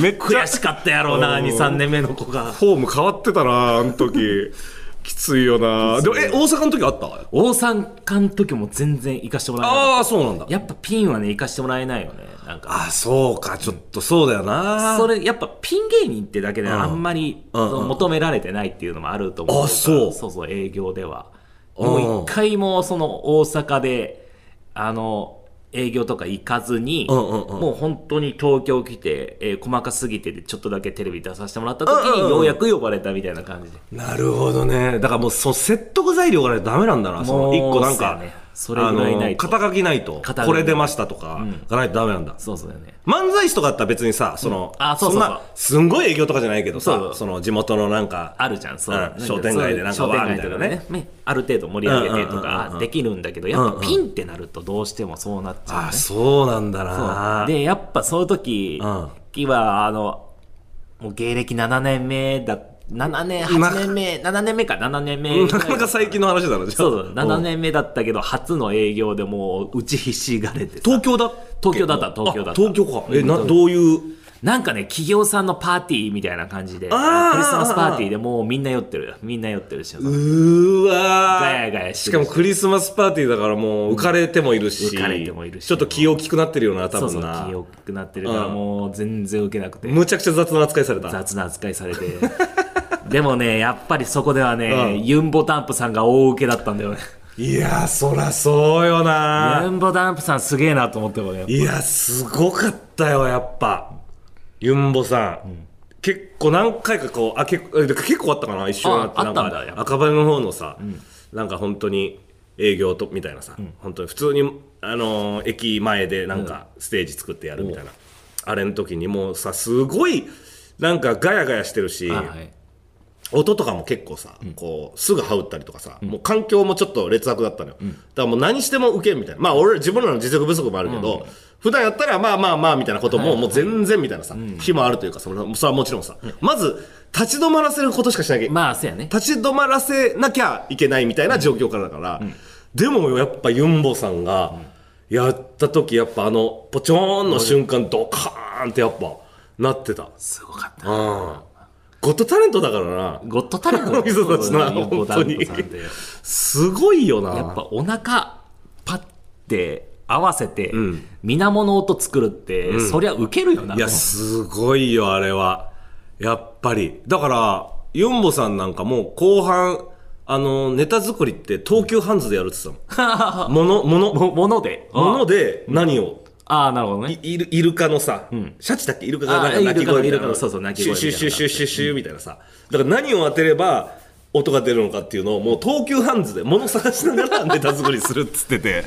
[SPEAKER 2] めっちゃ
[SPEAKER 1] 悔しかったやろうな
[SPEAKER 2] うん
[SPEAKER 1] 23年目の子が
[SPEAKER 2] フォーム変わってたなあの時きついよなでもえ大阪の時あった
[SPEAKER 1] 大阪の時も全然行かしてもらえなかっ
[SPEAKER 2] ああそうなんだ
[SPEAKER 1] たやっぱピンはね行かしてもらえないよねなんか
[SPEAKER 2] あそうかちょっとそうだよな
[SPEAKER 1] それやっぱピン芸人ってだけで
[SPEAKER 2] ん
[SPEAKER 1] あんまり
[SPEAKER 2] うんうん
[SPEAKER 1] その求められてないっていうのもあると思うから
[SPEAKER 2] あそう
[SPEAKER 1] そうそう営業では
[SPEAKER 2] うん
[SPEAKER 1] もう一回もその大阪であの営業とか行かずに、
[SPEAKER 2] うんうんうん
[SPEAKER 1] もう本当に東京来て、えー細かすぎてでちょっとだけテレビ出させてもらった時
[SPEAKER 2] うんうんう
[SPEAKER 1] に
[SPEAKER 2] ん
[SPEAKER 1] ようやく呼ばれたみたいな感じで、
[SPEAKER 2] なるほどねだからもうその説得材料がないとダメなんだなそ
[SPEAKER 1] もう
[SPEAKER 2] の一個なん
[SPEAKER 1] そう
[SPEAKER 2] か
[SPEAKER 1] やねそれぐらいないと
[SPEAKER 2] あの肩書きないと
[SPEAKER 1] 肩書き
[SPEAKER 2] これ出ましたとかがないとダメなんだ、
[SPEAKER 1] そうそうだよね
[SPEAKER 2] 漫才師とかだったら別にさその、
[SPEAKER 1] うんあそうそうそうん
[SPEAKER 2] なすんごい営業とかじゃないけどさ
[SPEAKER 1] そう
[SPEAKER 2] そ
[SPEAKER 1] そう
[SPEAKER 2] の地元のなんか
[SPEAKER 1] あるじゃん、そう。
[SPEAKER 2] うん
[SPEAKER 1] なんか
[SPEAKER 2] 商店街でなんか
[SPEAKER 1] そう商店街と
[SPEAKER 2] わー
[SPEAKER 1] か
[SPEAKER 2] みたいな
[SPEAKER 1] ね
[SPEAKER 2] ね
[SPEAKER 1] ね。ある程度盛り上げてと
[SPEAKER 2] うんうんうんうんう
[SPEAKER 1] か
[SPEAKER 2] ん
[SPEAKER 1] できるんだけど、やっぱピンってなるとどうしてもそうなっちゃう
[SPEAKER 2] あ
[SPEAKER 1] ね。
[SPEAKER 2] そうなんだ
[SPEAKER 1] そ
[SPEAKER 2] な
[SPEAKER 1] うで、やっぱその時
[SPEAKER 2] うん
[SPEAKER 1] は、あの、もう芸歴7年目だ、7年、8年目、7年目か、7年目。
[SPEAKER 2] なかなか最近の話だなじゃ
[SPEAKER 1] そ
[SPEAKER 2] あ
[SPEAKER 1] うそう、7
[SPEAKER 2] ん
[SPEAKER 1] 年目だったけど、初の営業でもう打ちひしがれてさ
[SPEAKER 2] 東京だ
[SPEAKER 1] 東京だった東京だった
[SPEAKER 2] あ東京かえな
[SPEAKER 1] うん
[SPEAKER 2] どういう
[SPEAKER 1] なんかね、企業さんのパーティーみたいな感じで、クリス
[SPEAKER 2] あー
[SPEAKER 1] マスパーティーでもうみんな酔ってる。みんな酔ってるし、
[SPEAKER 2] うーわー
[SPEAKER 1] ガヤガヤして
[SPEAKER 2] し
[SPEAKER 1] る
[SPEAKER 2] かもクリスマスパーティーだからもう浮かれてもいるし、
[SPEAKER 1] 浮かれてもいるし
[SPEAKER 2] ちょっと気大きくなってるよな多
[SPEAKER 1] そうそ
[SPEAKER 2] 分
[SPEAKER 1] う
[SPEAKER 2] な
[SPEAKER 1] 気大きくなってるから
[SPEAKER 2] うん
[SPEAKER 1] もう全然受けなくて
[SPEAKER 2] むちゃくちゃ雑な扱いされた
[SPEAKER 1] 雑な扱いされてでもねやっぱりそこではね、
[SPEAKER 2] うん
[SPEAKER 1] ユンボダンプさんが大受けだったんだよね
[SPEAKER 2] いやーそらそうよ
[SPEAKER 1] ユ
[SPEAKER 2] な
[SPEAKER 1] ンボダンプさんすげえなと思ってもね
[SPEAKER 2] いやすごかったよやっぱユンボさん、結構何回かこうあ結構え結構あったかな一緒になって
[SPEAKER 1] あ
[SPEAKER 2] な
[SPEAKER 1] あっ
[SPEAKER 2] ん
[SPEAKER 1] たん
[SPEAKER 2] か
[SPEAKER 1] だやっぱ
[SPEAKER 2] 赤羽の方のさ、なんか本当に営業とみたいなさ、本当に普通に、あのー駅前でなんかステージ作ってやるみたいな、あれの時にもうさすごいなんかガヤガヤしてるし、
[SPEAKER 1] あはい
[SPEAKER 2] 音とかも結構さ、こうすぐ羽打ったりとかさ、もう環境もちょっと劣悪だったのよ、だからもう何しても受けんみたいなまあ俺ら自分らの実力不足もあるけど、普段やったらまあまあまあみたいなことももう全然みたいなさ、日もあるというかそれはそれはもちろんさ、まず立ち止まらせることしかしなきゃいけない、
[SPEAKER 1] まあそうやね
[SPEAKER 2] 立ち止まらせなきゃいけないみたいな状況からだから、でもやっぱユンボさんがやった時やっぱあのポチョーンの瞬間ドカーンってやっぱなってた。
[SPEAKER 1] すごかった
[SPEAKER 2] うんゴッドタレントだからな。
[SPEAKER 1] ゴッドタレントの
[SPEAKER 2] この人たちな
[SPEAKER 1] ユンボダンプさんっ
[SPEAKER 2] 本当
[SPEAKER 1] て
[SPEAKER 2] に
[SPEAKER 1] や
[SPEAKER 2] すごいよな。
[SPEAKER 1] っぱお腹パッて合わせて、
[SPEAKER 2] ん
[SPEAKER 1] 水面の音作るって、そりゃウケるよない
[SPEAKER 2] や、
[SPEAKER 1] と思って
[SPEAKER 2] すごいよ、あれは。やっぱり。だから、ユンボさんなんかもう後半、あの、ネタ作りって東急ハンズでやるって言ってた もん。もの、もの、
[SPEAKER 1] ももので
[SPEAKER 2] もので何を、
[SPEAKER 1] ああなるほどね
[SPEAKER 2] いイルイルカのさ、シャチだっけイルカがなんか
[SPEAKER 1] あ
[SPEAKER 2] 鳴き声み
[SPEAKER 1] イル
[SPEAKER 2] たい
[SPEAKER 1] カ
[SPEAKER 2] な
[SPEAKER 1] のそうそう鳴き
[SPEAKER 2] シュ
[SPEAKER 1] 声
[SPEAKER 2] シュシュシュシュシュみたいなさ、だから何を当てれば音が出るのかっていうのをもう東急ハンズで物探しながらネタ作りするっつってて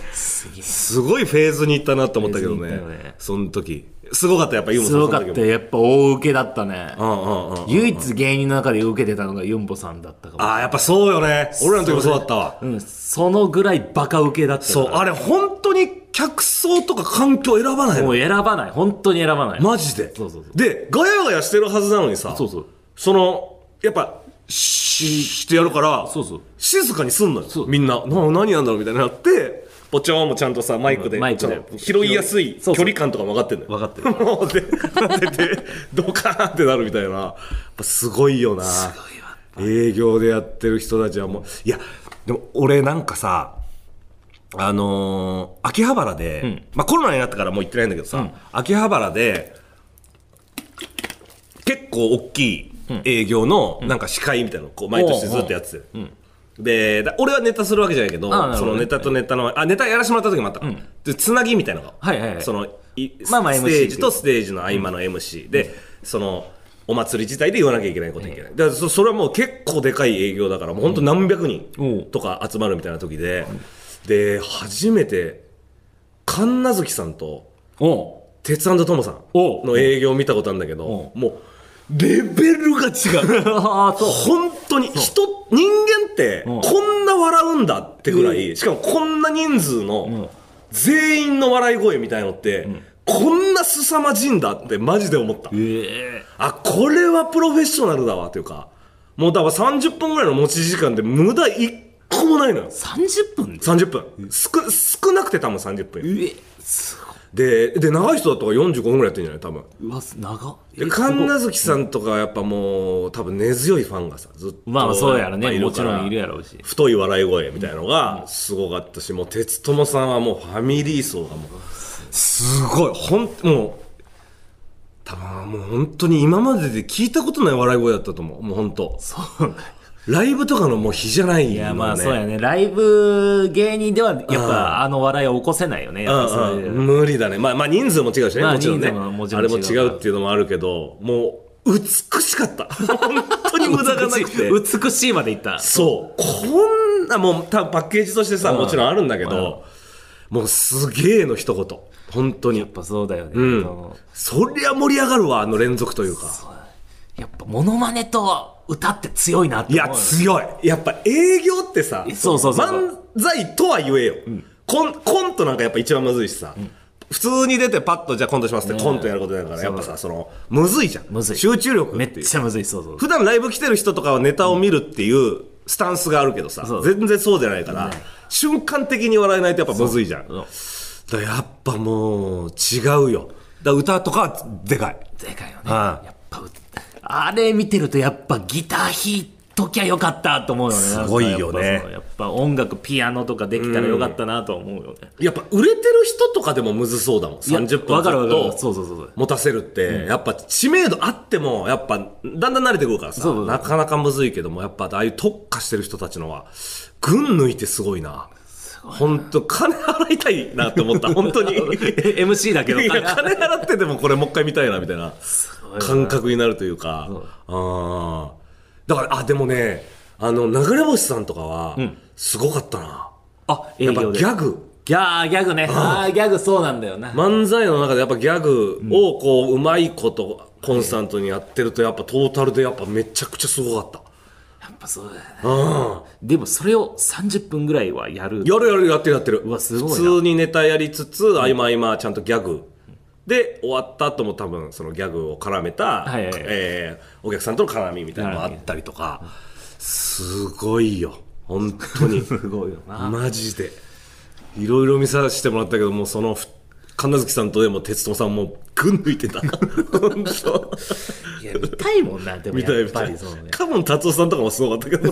[SPEAKER 2] すごいフェーズに行ったなと思ったけど
[SPEAKER 1] フェー
[SPEAKER 2] ね
[SPEAKER 1] ズに行ったよね
[SPEAKER 2] その時すごかったやっぱユーモさ
[SPEAKER 1] す
[SPEAKER 2] ん
[SPEAKER 1] ごかったよやっぱ大受けだったね
[SPEAKER 2] その時もうんうんうん
[SPEAKER 1] 唯一芸人の中で受けてたのがユンボさんだったかも
[SPEAKER 2] ああやっぱそうよね俺らの時もそうだったわ
[SPEAKER 1] うん、そのぐらいバカ受けだった
[SPEAKER 2] そう
[SPEAKER 1] あ
[SPEAKER 2] あれ本当に客層とか環境選ばない
[SPEAKER 1] も
[SPEAKER 2] の
[SPEAKER 1] う選ばない本当に選ばない、
[SPEAKER 2] マジで
[SPEAKER 1] そうそうそう
[SPEAKER 2] でガヤガヤしてるはずなのにさ
[SPEAKER 1] そうそう
[SPEAKER 2] そのやっぱシーッてやるから
[SPEAKER 1] そうそう
[SPEAKER 2] 静かにすんのよ
[SPEAKER 1] そう
[SPEAKER 2] みんなな何やんだろうみたいになってポチョーンもちゃんとさマイクで,、
[SPEAKER 1] うんマイクで
[SPEAKER 2] 拾いやすい距
[SPEAKER 1] そうそう
[SPEAKER 2] 離感とかも分かってんのよ
[SPEAKER 1] 分かってる
[SPEAKER 2] もうで出てドカーンってなるみたいなやっぱすごいよな営業でやってる人たちはもういやでも俺なんかさあのー秋葉原で、
[SPEAKER 1] ん
[SPEAKER 2] まあ、コロナになったからもう行ってないんだけどさ、
[SPEAKER 1] うん
[SPEAKER 2] 秋葉原で結構大きい営業のなんか司会みたいなのこう毎年ずっとやってて、でだ俺はネタするわけじゃないけど
[SPEAKER 1] あなる
[SPEAKER 2] そ
[SPEAKER 1] ほど
[SPEAKER 2] のネタとネタのあネタやらせてもらった時もあった、でつなぎみたいなのが、
[SPEAKER 1] はいはいはい
[SPEAKER 2] そのい
[SPEAKER 1] まあまあ
[SPEAKER 2] ステー
[SPEAKER 1] MC
[SPEAKER 2] ジとステージの合間の MC、でそのお祭り自体で言わなきゃいけないこといけない、だからそそれはもう結構でかい営業だからもう本当何百
[SPEAKER 1] おう
[SPEAKER 2] 人とか集まるみたいな時で、で初めて神奈月さんと
[SPEAKER 1] おう
[SPEAKER 2] 鉄腕ともさん
[SPEAKER 1] おう
[SPEAKER 2] の営業を見たことあるんだけど
[SPEAKER 1] お
[SPEAKER 2] もうレベルが違 う
[SPEAKER 1] ああそう
[SPEAKER 2] 本当に人人間って
[SPEAKER 1] うん
[SPEAKER 2] こんな笑うんだってぐらい、しかもこんな人数
[SPEAKER 1] ん
[SPEAKER 2] の全員の笑い声みたいのって、こんな凄まじいんだってマジで思った、
[SPEAKER 1] ええ
[SPEAKER 2] あこれはプロフェッショナルだわというかもうだから30分ぐらいの持ち時間で無駄一個もないのよ
[SPEAKER 1] 30分で
[SPEAKER 2] 30分少少なくて多分30分よ
[SPEAKER 1] うえすごい
[SPEAKER 2] でで長い人だったから45分ぐらいやってんじゃない多分
[SPEAKER 1] うわ長っえ
[SPEAKER 2] で
[SPEAKER 1] ーすごい
[SPEAKER 2] 神奈月さんとかはやっぱもう多分根強いファンがさずっと
[SPEAKER 1] まあまあそうやろ
[SPEAKER 2] っぱ
[SPEAKER 1] ね
[SPEAKER 2] いる
[SPEAKER 1] も
[SPEAKER 2] か
[SPEAKER 1] ち
[SPEAKER 2] ら
[SPEAKER 1] ろんいるやろうし
[SPEAKER 2] 太い笑い声みたいのがすごかったし、もう鉄友さんはもうファミリー層がもうすごいほんもう多分もう本当に今までで聞いたことない笑い声だったと思うもう本当
[SPEAKER 1] そうなんだ
[SPEAKER 2] ライブとかのもう比じゃないよね
[SPEAKER 1] いやまあそうやねライブ芸人ではやっ
[SPEAKER 2] うん
[SPEAKER 1] ぱあの笑いを起こせないよね
[SPEAKER 2] う
[SPEAKER 1] やっぱそ
[SPEAKER 2] ん
[SPEAKER 1] れで
[SPEAKER 2] うん、無理だね、まあ、まあ人数も違うしね、
[SPEAKER 1] まあ
[SPEAKER 2] もちろんね
[SPEAKER 1] 人数ももち
[SPEAKER 2] あ
[SPEAKER 1] ろん
[SPEAKER 2] れ
[SPEAKER 1] 違う
[SPEAKER 2] も違うっていうのもあるけどもう美しかった 本当に無駄がなくて
[SPEAKER 1] 美しい美しいまでいった
[SPEAKER 2] そうこんなもう多分パッケージとしてさ、
[SPEAKER 1] うん
[SPEAKER 2] もちろんあるんだけど、もうすげえの一言本当
[SPEAKER 1] やっ
[SPEAKER 2] に
[SPEAKER 1] ぱそうだよね、
[SPEAKER 2] うん
[SPEAKER 1] あの
[SPEAKER 2] そりゃ盛り上がるわあの連続というか
[SPEAKER 1] やっぱモノマネと歌って強いなって
[SPEAKER 2] い
[SPEAKER 1] 思う
[SPEAKER 2] や強いやっぱ営業ってさ
[SPEAKER 1] そうそうそうそう
[SPEAKER 2] 漫才とは言えよ、コンコントなんかやっぱ一番むずいしさ、普通に出てパッとじゃあコントしますって、
[SPEAKER 1] ねえ
[SPEAKER 2] コントやることだから
[SPEAKER 1] そう
[SPEAKER 2] やっぱさそのむずいじゃん
[SPEAKER 1] むずい
[SPEAKER 2] 集中力
[SPEAKER 1] め
[SPEAKER 2] っ
[SPEAKER 1] って
[SPEAKER 2] いう
[SPEAKER 1] ちゃむずいそうそう
[SPEAKER 2] 普段ライブ来てる人とかはネタを見るっていうスタンスがあるけどさ
[SPEAKER 1] そう
[SPEAKER 2] 全然そうじゃないから、瞬間的に笑えないとやっぱむずいじゃん
[SPEAKER 1] そう
[SPEAKER 2] だからやっぱもう違うよだから歌とかはでかい
[SPEAKER 1] でかいよね
[SPEAKER 2] ああ
[SPEAKER 1] やっぱうあれ見てるとやっぱギター弾いときゃよかったと思うよねす
[SPEAKER 2] ごいよね
[SPEAKER 1] やっぱそうやっぱ音楽ピアノとかできたらよかったなとは思うよね、
[SPEAKER 2] やっぱ売れてる人とかでもむずそうだもん
[SPEAKER 1] いやわ
[SPEAKER 2] 30分ず
[SPEAKER 1] かるわかる
[SPEAKER 2] っ
[SPEAKER 1] そう
[SPEAKER 2] と
[SPEAKER 1] そうそうそう
[SPEAKER 2] 持たせるってやっぱ知名度あってもやっぱだんだん慣れてくるからさ
[SPEAKER 1] そうそうそう
[SPEAKER 2] なかなかむずいけどもやっぱああいう特化してる人たちのは群抜いてすごいな本当金払いたいなって思った 本当に
[SPEAKER 1] MC だけど
[SPEAKER 2] いや金払ってでもこれもう一回見たいなみたいな感覚になるというかあーだからあでもねあの流れ星さんとかはすごかったな、
[SPEAKER 1] あ営
[SPEAKER 2] やっぱ
[SPEAKER 1] 業で
[SPEAKER 2] ギャグ
[SPEAKER 1] ギャーギャグねあーギャグそうなんだよな、
[SPEAKER 2] 漫才の中でやっぱギャグをこううまいことコンスタントにやってるとやっぱトータルでやっぱめちゃくちゃすごかった
[SPEAKER 1] やっぱそうだよね
[SPEAKER 2] うん
[SPEAKER 1] でもそれを30分ぐらいはやる
[SPEAKER 2] やるやるやってるやってる
[SPEAKER 1] うわすごいな
[SPEAKER 2] 普通にネタやりつつ合間合間ちゃんとギャグで終わった後も多分そのギャグを絡めた、
[SPEAKER 1] はいはいはい
[SPEAKER 2] えーお客さんとの絡みみたいなのもあったりとかすごいよ本 当に
[SPEAKER 1] すごいよな
[SPEAKER 2] マジでいろいろ見させてもらったけどもうそのふ神奈月さんとでも鉄友さんもぐん抜いてた 本当
[SPEAKER 1] いや見たいもんなでも
[SPEAKER 2] みたい
[SPEAKER 1] や
[SPEAKER 2] み
[SPEAKER 1] ったぱ
[SPEAKER 2] い
[SPEAKER 1] りそうね
[SPEAKER 2] カモン達夫さんとかもすごかったけど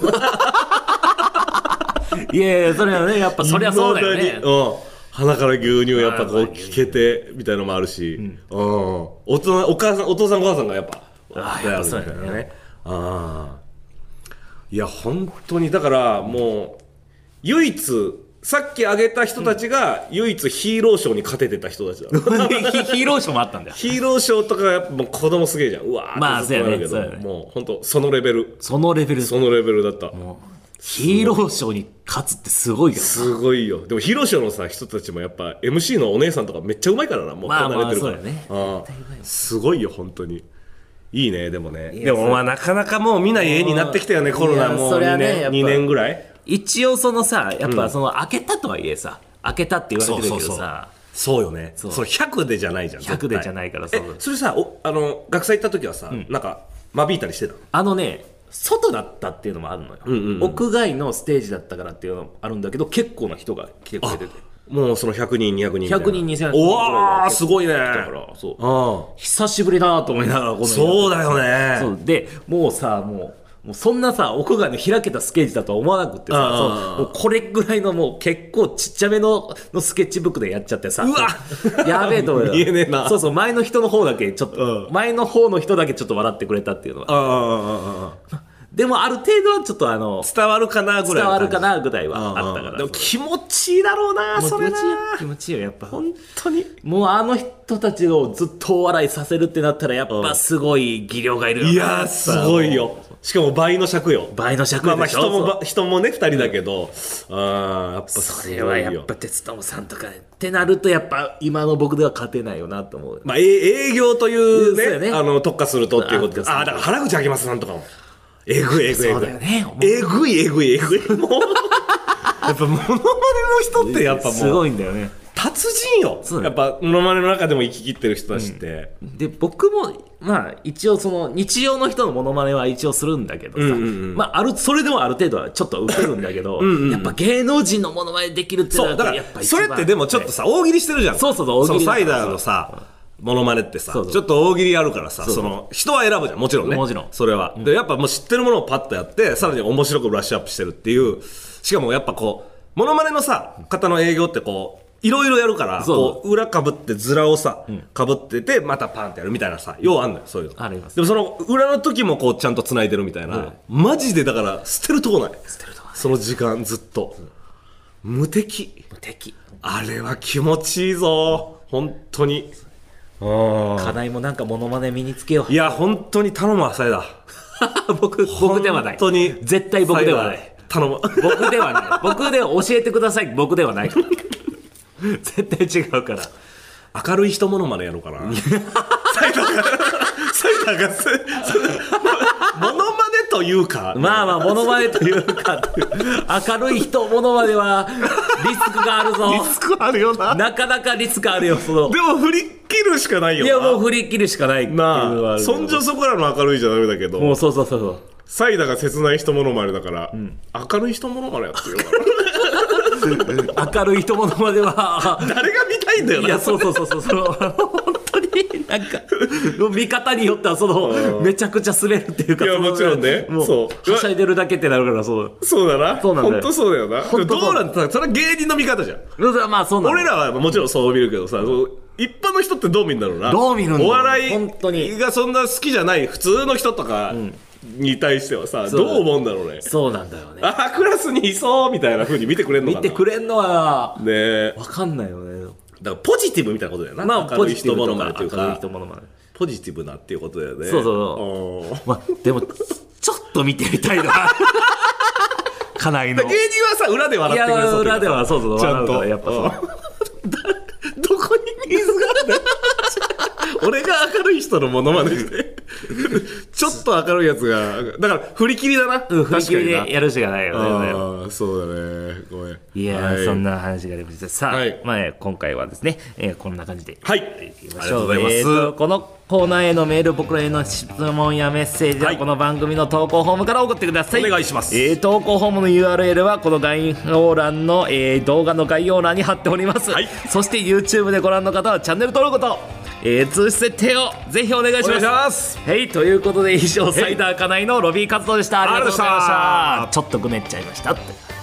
[SPEAKER 1] いやいやそれはねやっぱそりゃそうだよね
[SPEAKER 2] 未だにうん鼻から牛乳やっぱこ
[SPEAKER 1] ま
[SPEAKER 2] う
[SPEAKER 1] あまあ
[SPEAKER 2] 聞けてみたいのもあるし、うん、お父お母さんお父さんお母さんがやっぱ
[SPEAKER 1] あーやっぱそうだよね
[SPEAKER 2] みたいなあーいや本当にだからもう唯一さっき挙げた人たちが唯一ヒーロー賞に勝ててた人たち だ、
[SPEAKER 1] ヒーローショーもあったんだよ
[SPEAKER 2] ヒーロー賞とかやっぱもう子供すげえじゃんうわー
[SPEAKER 1] まあ
[SPEAKER 2] ってずっとなる
[SPEAKER 1] そうやねそうやね
[SPEAKER 2] もう本当そのレベル
[SPEAKER 1] そのレベル
[SPEAKER 2] そのレベルだった
[SPEAKER 1] ヒーローショーに勝つってすごいよ
[SPEAKER 2] すごいよでもヒーローショーのさ人たちもやっぱ MC のお姉さんとかめっちゃうまいからなもう
[SPEAKER 1] まあ
[SPEAKER 2] こんな慣れてるから
[SPEAKER 1] まあそうだね
[SPEAKER 2] ああすごいよ本当にいいねでもね
[SPEAKER 1] や
[SPEAKER 2] でもまあなかなかもう見ない絵になってきたよねコロナもう
[SPEAKER 1] いやそり
[SPEAKER 2] 2
[SPEAKER 1] ゃねや
[SPEAKER 2] 年
[SPEAKER 1] っぱ
[SPEAKER 2] 二年ぐらい
[SPEAKER 1] 一応そのさやっぱその開けたとはいえさ開けたって言われてるけどさ
[SPEAKER 2] そうよねそうの100でじゃないじゃん
[SPEAKER 1] 100で
[SPEAKER 2] 絶対
[SPEAKER 1] じゃないから
[SPEAKER 2] え
[SPEAKER 1] そう
[SPEAKER 2] それさおあの学祭行った時はさなんか間引いたりしてた
[SPEAKER 1] あのね外だったっていうのもあるのよ、
[SPEAKER 2] んうんうん
[SPEAKER 1] 屋外のステージだったからっていうのもあるんだけど結構な人が来てくれてて
[SPEAKER 2] もうその100人200人みたいな
[SPEAKER 1] 100人2000人
[SPEAKER 2] うわーすごいね
[SPEAKER 1] だからそう
[SPEAKER 2] あ
[SPEAKER 1] 久しぶりだなと思いながらこの
[SPEAKER 2] そうだよね
[SPEAKER 1] そうでもうさもうもうそんなさ屋外の開けたスケージだとは思わなくってさ
[SPEAKER 2] うんうんうん
[SPEAKER 1] そうもうこれぐらいのもう結構ちっちゃめののスケッチブックでやっちゃってさ
[SPEAKER 2] うわ
[SPEAKER 1] やべえと思うよ
[SPEAKER 2] 見えねえな
[SPEAKER 1] そうそう前の人の方だけちょっと、
[SPEAKER 2] う
[SPEAKER 1] 前の方の人だけちょっと笑ってくれたっていうのは
[SPEAKER 2] あああ
[SPEAKER 1] でもある程度はちょっとあの
[SPEAKER 2] 伝わるかなぐらい
[SPEAKER 1] 伝わるか
[SPEAKER 2] な
[SPEAKER 1] なぐらいはあったから
[SPEAKER 2] でも気持ちいいだろうな
[SPEAKER 1] もう
[SPEAKER 2] それな
[SPEAKER 1] 気持ちいいよ気持ちいいよやっぱ
[SPEAKER 2] 本当に
[SPEAKER 1] もうあの人たちをずっとお笑いさせるってなったらやっぱすごい技量がいるよない
[SPEAKER 2] やーすごいよしかも倍の尺よ
[SPEAKER 1] 倍の尺
[SPEAKER 2] まあまあ
[SPEAKER 1] でしょ
[SPEAKER 2] 人もば人もね2人だけど、ああやっぱ
[SPEAKER 1] そ
[SPEAKER 2] すごい
[SPEAKER 1] れ
[SPEAKER 2] よ
[SPEAKER 1] はやっぱ鉄友さんとかってなるとやっぱ今の僕では勝てないよなと思う、
[SPEAKER 2] まあ、え営業という
[SPEAKER 1] そう
[SPEAKER 2] ね
[SPEAKER 1] だよね
[SPEAKER 2] あの特化するとっていうことで
[SPEAKER 1] そう
[SPEAKER 2] ああだから原口あげますなんとかもえぐいえぐいえ
[SPEAKER 1] そう
[SPEAKER 2] ぐい
[SPEAKER 1] だよねもう
[SPEAKER 2] えぐいえぐいえぐいもう やっぱモノマネの人ってやっぱ
[SPEAKER 1] す
[SPEAKER 2] もう
[SPEAKER 1] ごいんだよね
[SPEAKER 2] 達人よ
[SPEAKER 1] そうだ
[SPEAKER 2] や
[SPEAKER 1] よ
[SPEAKER 2] っぱモノマネの中でも生き切ってる人たちって、
[SPEAKER 1] で僕もまあ一応その日常の人のモノマネは一応するんだけどさ、
[SPEAKER 2] うんうんうん
[SPEAKER 1] まあ、あるそれでもある程度はちょっと受けるんだけどやっぱ芸能人のモノマネできるって
[SPEAKER 2] そうだから
[SPEAKER 1] やっぱ一
[SPEAKER 2] そ
[SPEAKER 1] 番
[SPEAKER 2] れってでもちょっとさ大喜利してるじゃん
[SPEAKER 1] そうそうそう大喜利だ
[SPEAKER 2] のサ
[SPEAKER 1] から
[SPEAKER 2] イダーのさモノマネってさ
[SPEAKER 1] そうそう
[SPEAKER 2] ちょっと大喜利あるからさ
[SPEAKER 1] そうそう
[SPEAKER 2] その人は選ぶじゃんもちろんね
[SPEAKER 1] もちろん
[SPEAKER 2] それは、でやっぱもう知ってるものをパッとやってさらに面白くブラッシュアップしてるっていうしかもやっぱこうモノマネのさ方の営業ってこういろいろやるから
[SPEAKER 1] そう
[SPEAKER 2] こう裏かぶってズラをさかぶっててまたパンってやるみたいなさようあんのよそういうの
[SPEAKER 1] あります
[SPEAKER 2] でもその裏の時もこうちゃんと繋いでるみたいな、
[SPEAKER 1] はい
[SPEAKER 2] マジでだから捨てるとこない
[SPEAKER 1] 捨てるとこない
[SPEAKER 2] その時間ずっと、無敵
[SPEAKER 1] 敵
[SPEAKER 2] あれは気持ちいいぞ本当にうん
[SPEAKER 1] 課題もなんかモノマネ身につけよう
[SPEAKER 2] いや本当に頼むわサイダー
[SPEAKER 1] 僕僕ではない
[SPEAKER 2] 本当に
[SPEAKER 1] 絶対僕ではない
[SPEAKER 2] サイダー頼む
[SPEAKER 1] 僕ではない僕では教えてください僕ではない から絶対違うから
[SPEAKER 2] 明るい人ものまでやろうかな サイダーがサイダーがそそモノマネというか
[SPEAKER 1] まあまあモノマネというか明るい人モノマネはリスクがあるぞ
[SPEAKER 2] リスクあるよな
[SPEAKER 1] なかなかリスクあるよその
[SPEAKER 2] でも振り切るしかないよ
[SPEAKER 1] い
[SPEAKER 2] な
[SPEAKER 1] やもう振り切るしかないっていうのは
[SPEAKER 2] な
[SPEAKER 1] あ
[SPEAKER 2] あ
[SPEAKER 1] るけど
[SPEAKER 2] そんじょそこらの明るいじゃダメだけど
[SPEAKER 1] もうそうそうそうそう
[SPEAKER 2] サイダーが切ない人ものまねだから、明るい人ものまねやってるから
[SPEAKER 1] 明るい人ものまでは
[SPEAKER 2] 誰が見たいんだよ
[SPEAKER 1] い
[SPEAKER 2] な
[SPEAKER 1] やそうそうそうそうそのあの本当になんかの見方によってはそのめちゃくちゃ擦れるっていうか
[SPEAKER 2] いや
[SPEAKER 1] その
[SPEAKER 2] もちろんね
[SPEAKER 1] もう
[SPEAKER 2] そう
[SPEAKER 1] はしゃいでるだけってなるからそう
[SPEAKER 2] そうだな。
[SPEAKER 1] そうなんだよ
[SPEAKER 2] 本当そうだよな。
[SPEAKER 1] 本当
[SPEAKER 2] ど
[SPEAKER 1] そう
[SPEAKER 2] うなんだそれは芸人の見方じゃん。
[SPEAKER 1] まあそうなの
[SPEAKER 2] 俺らはもちろんそう見るけどさ、そう一般の人ってどう見るんだろうな。
[SPEAKER 1] どう見るんだろう
[SPEAKER 2] お笑い
[SPEAKER 1] 本当に
[SPEAKER 2] がそんな好きじゃない普通の人とかに対してはさ、
[SPEAKER 1] そう
[SPEAKER 2] どう思うんだろうね。
[SPEAKER 1] そうなんだよね
[SPEAKER 2] ああ、クラスにいそうみたいな風に見てくれるのか
[SPEAKER 1] 見
[SPEAKER 2] な。
[SPEAKER 1] てくれんのは
[SPEAKER 2] ねえ。
[SPEAKER 1] わかんないよね
[SPEAKER 2] だからポジティブみたいなことだよな。
[SPEAKER 1] まあ
[SPEAKER 2] 明
[SPEAKER 1] ポ
[SPEAKER 2] るい
[SPEAKER 1] ジティ
[SPEAKER 2] 人
[SPEAKER 1] ブ
[SPEAKER 2] も
[SPEAKER 1] と
[SPEAKER 2] のまね
[SPEAKER 1] か
[SPEAKER 2] という
[SPEAKER 1] 明るい
[SPEAKER 2] か
[SPEAKER 1] 人、ものまね
[SPEAKER 2] ポジティブなっていうことだよね。
[SPEAKER 1] そうそうそう
[SPEAKER 2] うん
[SPEAKER 1] まあでもちょっと見てみたいな 家内の
[SPEAKER 2] 芸人はさ、裏で
[SPEAKER 1] い
[SPEAKER 2] 笑ってくれ
[SPEAKER 1] や
[SPEAKER 2] そうというか
[SPEAKER 1] 裏ではそうそう
[SPEAKER 2] ちゃんと
[SPEAKER 1] 笑うからやっぱそう
[SPEAKER 2] うん どこにニーズがあるの 俺が明るい人のモノマネ してちょっと明るいやつがだから振り切りだな、
[SPEAKER 1] うん振り切り
[SPEAKER 2] 確か
[SPEAKER 1] で
[SPEAKER 2] に
[SPEAKER 1] やるしかないよね
[SPEAKER 2] なああそうだねごめん
[SPEAKER 1] いやー、
[SPEAKER 2] はい
[SPEAKER 1] そんな話がありました。さあ、
[SPEAKER 2] はい
[SPEAKER 1] まあえー、今回はですね、えーこんな感じで。
[SPEAKER 2] はい
[SPEAKER 1] き
[SPEAKER 2] あ
[SPEAKER 1] ま
[SPEAKER 2] りが
[SPEAKER 1] し
[SPEAKER 2] と
[SPEAKER 1] ょ
[SPEAKER 2] うございます、
[SPEAKER 1] えーとこのコーナーへのメール、僕らへの質問やメッセージは、
[SPEAKER 2] はい
[SPEAKER 1] この番組の投稿フォームから送ってください。
[SPEAKER 2] お願いします
[SPEAKER 1] えー投稿フォームの URL は、この概要欄の、えー動画の概要欄に貼っております。
[SPEAKER 2] はい
[SPEAKER 1] そして YouTube でご覧の方は、チャンネル登録と、えー通知設定をぜひお願い
[SPEAKER 2] お
[SPEAKER 1] し
[SPEAKER 2] 願
[SPEAKER 1] ま
[SPEAKER 2] いし
[SPEAKER 1] す。
[SPEAKER 2] ます
[SPEAKER 1] はい、ということで以上、サイダーカナイのロビー活動でした。ありがとうございまし。
[SPEAKER 2] ありがとうございました
[SPEAKER 1] ちょっとぐねっちゃいましたって。